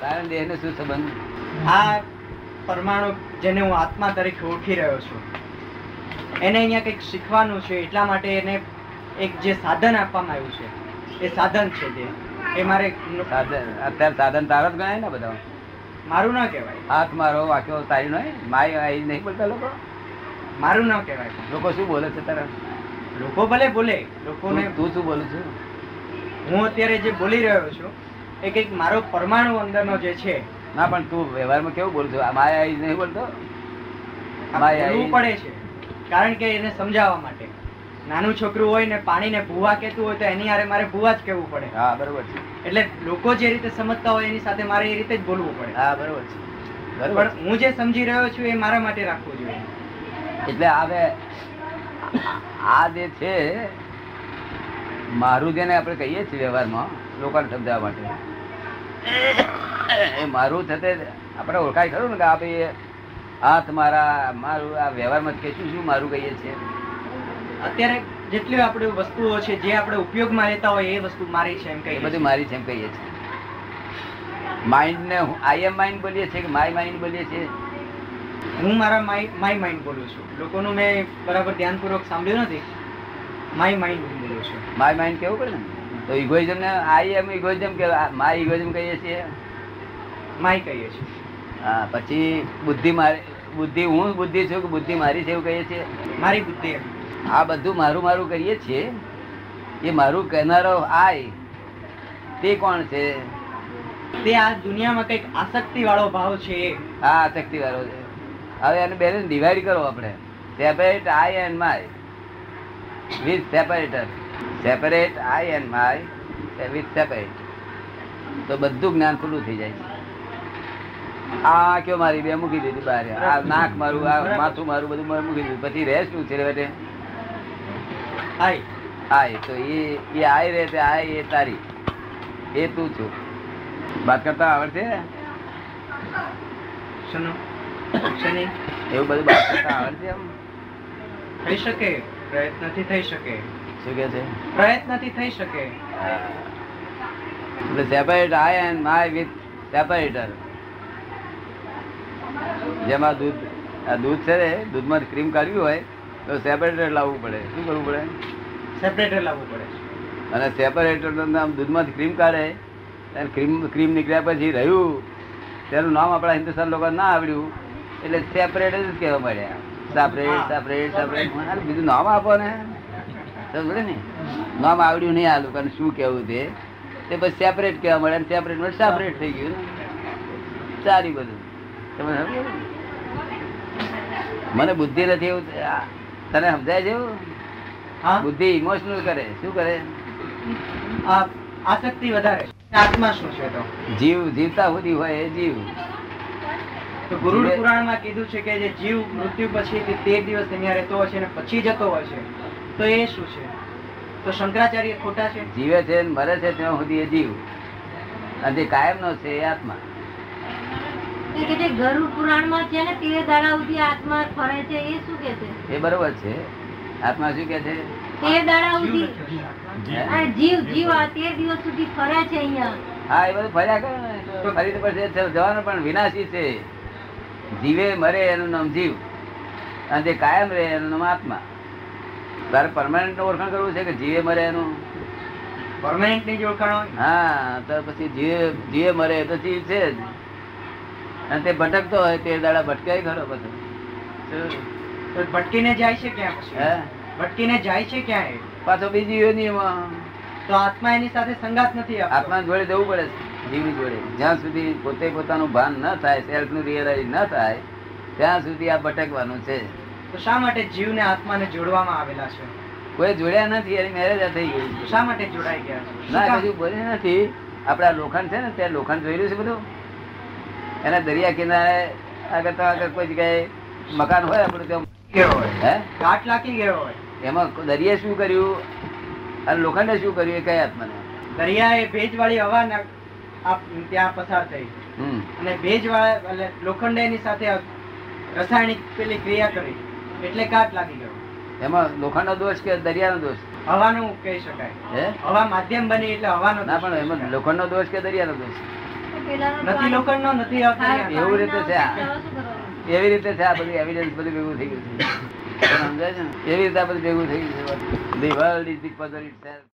કારણ દેહ નો શું સંબંધ આ પરમાણુ જેને હું આત્મા તરીકે ઓળખી રહ્યો છું એને અહીંયા કંઈક શીખવાનું છે એટલા માટે એને એક જે સાધન આપવામાં આવ્યું છે એ સાધન છે જે એ મારે ન- સાધન અત્યારે સાધન તારો જ ગણાય ને બધા મારું ન કહેવાય હાથ મારો વાક્યો તારી નો માય આઈ નહીં બોલતા લોકો મારું ન કહેવાય પણ. લોકો શું બોલે છે તારા લોકો ભલે બોલે લોકોને તું તું શું બોલું છું હું અત્યારે જે બોલી રહ્યો છું એ કંઈક મારો પરમાણુ અંદરનો જે છે ના પણ તું વ્યવહારમાં કેવું બોલું છું આ માય આઈ નહીં બોલતો આ માય બોલવું આઈ પડે છે કારણ કે એને સમજાવવા માટે નાનું છોકરું હોય ને પાણીને ભૂવા કહેતું હોય તો એની હારે મારે ભૂવા જ કહેવું પડે હા બરોબર છે એટલે લોકો જે રીતે સમજતા હોય એની સાથે મારે એ રીતે જ બોલવું પડે હા બરોબર છે બરોબર પણ હું જે સમજી રહ્યો છું એ મારા માટે રાખવું જોઈએ એટલે હવે આ જે છે મારું જેને આપણે કહીએ છીએ વ્યવહારમાં લોકોને સમજાવવા માટે એ મારું થતે આપણે ઓળખાય ખરું ને કે આ ભાઈ હાથ મારા મારું આ વ્યવહારમાં કે શું શું મારું કહીએ છીએ અત્યારે જેટલી આપણે વસ્તુઓ છે જે આપણે ઉપયોગમાં લેતા હોય એ વસ્તુ મારી છે એમ એ કહીએ બધું મારી છે એમ કહીએ છીએ માઇન્ડને આઈ એમ માઇન્ડ બોલીએ છીએ કે માય માઇન્ડ બોલીએ છીએ છીએ. હું મારા માય માય માઇન્ડ બોલું છું લોકોનું મેં બરાબર ધ્યાનપૂર્વક સાંભળ્યું નથી માય માઇન્ડ બોલું છું માય માઇન્ડ કેવું પડે ને તો ઇગોઇઝમ ને આઈ એમ ઇગોઇઝમ કે માય ઇગોઇઝમ કહીએ છીએ માય કહીએ છીએ હા પછી બુદ્ધિ મારી બુદ્ધિ હું બુદ્ધિ છું કે બુદ્ધિ મારી છે એવું કહીએ છીએ મારી બુદ્ધિ એમ. આ બધું મારું મારું કરીએ છીએ એ મારું કહેનારો આય તે કોણ છે તે આ દુનિયામાં કંઈક આસક્તિ વાળો ભાવ છે એ. આ આસક્તિ વાળો છે હવે એને બેને ડિવાઈડ કરો આપણે separate I and my with separator separate I and my with separate તો બધું જ્ઞાન ખુલ્લું થઈ જાય છે આ કયો મારી બે મૂકી દીધી બહાર આ નાક મારું આ માથું મારું બધું મારું મૂકી દીધું પછી રહે શું છે એટલે હાય આય તો એ એ આય રે તે આય એ તારી એ તું છું વાત કરતા આવડશે શનો શની એવું બધું વાત કરતા આવડશે એમ થઈ શકે પ્રયત્નથી થઈ શકે શું કે છે પ્રયત્નથી થઈ શકે એટલે separate I and my with separator જેમાં દૂધ આ દૂધ છે ને દૂધમાં ક્રીમ કાઢવી હોય તો સેપરેટર લાવવું પડે શું કરવું પડે સેપરેટર લાવવું પડે છે અને સેપરેટર નામ દૂધમાંથી ક્રીમ કાઢે અને ક્રીમ ક્રીમ નીકળ્યા પછી રહ્યું તેનું નામ આપણા હિન્દુસ્તાન લોકોને ના આવડ્યું એટલે સેપરેટ જ કહેવા મળ્યા સેપરેટ સેપરેટ સેપરેટ અરે બીજું નામ આપો ને સમજે ને નામ આવડ્યું નહીં આ લોકોને શું કહેવું તે તે પછી સેપરેટ કહેવા મળે અને સેપરેટ મળે સેપરેટ થઈ ગયું ને સારી બધું તમે સમજો ને? મને બુદ્ધિ નથી એવું આ, તને સમજાય છે એવું? હા બુદ્ધિ ઇમોશનલ કરે શું કરે આ આસક્તિ વધારે છે આત્મા શું છે તો જીવ જીવતા સુધી હોય એ જીવ તો ગુરુડ જીવે- પુરાણમાં કીધું છે કે જે જીવ મૃત્યુ પછી તે તેર દિવસ અહીંયા રહેતો હોય છે અને પછી જતો હોય છે તો એ શું છે તો શંકરાચાર્ય ખોટા છે જીવે છે ને મરે છે ત્યાં સુધી એ જીવ અને જે કાયમનો છે એ આત્મા એ કે જે ગરુડ પુરાણમાં છે ને તે દાડા સુધી આત્મા ફરે છે એ શું કે છે એ બરોબર છે આત્મા શું કે છે તે દાડા જીવ સુધી નથી હોતા. આ જીવ જીવ આ તેર દિવસ સુધી ફરે છે અહીંયા હા એ બધું ફર્યા કરે ને તો ફરી તો પડશે જ. જવાનો પણ વિનાશી છે જીવે મરે એનું નામ જીવ અને જે કાયમ રહે એનું નામ આત્મા તારે પરમાનન્ટ ઓળખાણ કરવું છે કે જીવે મરે એનું Permanent ની જ ઓળખાણ હોય હા તો પછી જીવે જીવે મરે તો જીવ છે જ અને તે ભટકતો હોય તે દાડા ભટકાય ખરો બધો તો ભટકીને જાય છે ક્યાં હે પછી ભટકીને જાય છે ક્યાં એ પાછો બીજી યોનિમાં તો આત્મા એની સાથે સંગાત નથી આપતો આત્મા જોડે જવું પડે છે જીવની જોડે જ્યાં સુધી પોતે પોતાનું ભાન ન થાય સેલ્ફનું રિયલાઇઝ ન થાય ત્યાં સુધી આ ભટકવાનું છે તો શા માટે જીવને આત્માને જોડવામાં આવેલા છે કોઈ જોડ્યા નથી એની મેરેજ થઈ ગઈ તો છે. શા માટે જોડાઈ ગયા છે શું ના કામ? કશું બોલ્યા નથી આપડા લોખંડ છે ને ત્યાં લોખંડ જોયેલું છે બધું એના દરિયા કિનારે આગળ તો આગળ કોઈ જગ્યાએ મકાન હોય આપણું ત્યાં ગયો હોય હે ઘાટ લાગી ગયો હોય એમાં દરિયે શું કર્યું અને લોખંડે શું કર્યું એ કયા આત્માને દરિયાએ ભેજવાળી હવા ના- આપ- ત્યાં પસાર થઈ હમ અને ભેજવાળા એટલે લોખંડેની સાથે રાસાયણિક પેલી ક્રિયા કરી એટલે કાટ લાગી ગયો એમાં લોખંડનો દોષ કે દરિયાનો દોષ હવાનું કહી શકાય હે હવા માધ્યમ બની એટલે હવાનો ના પણ એમાં લોખંડનો દોષ કે દરિયાનો દોષ પેલાનો તો નથી લોખંડનો, નથી આ અગ્નિ. એવું રીતે છે આ. પાણીના ઉકેલ શું કરવાનું? એવી રીતે છે આ બધું એવિડન્સ બધું ભેગું થઈ ગયું છે તમને સમજાય છે ને? એવી રીતે આ બધું ભેગું થઈ ગયું છે The world is the puzzle itself.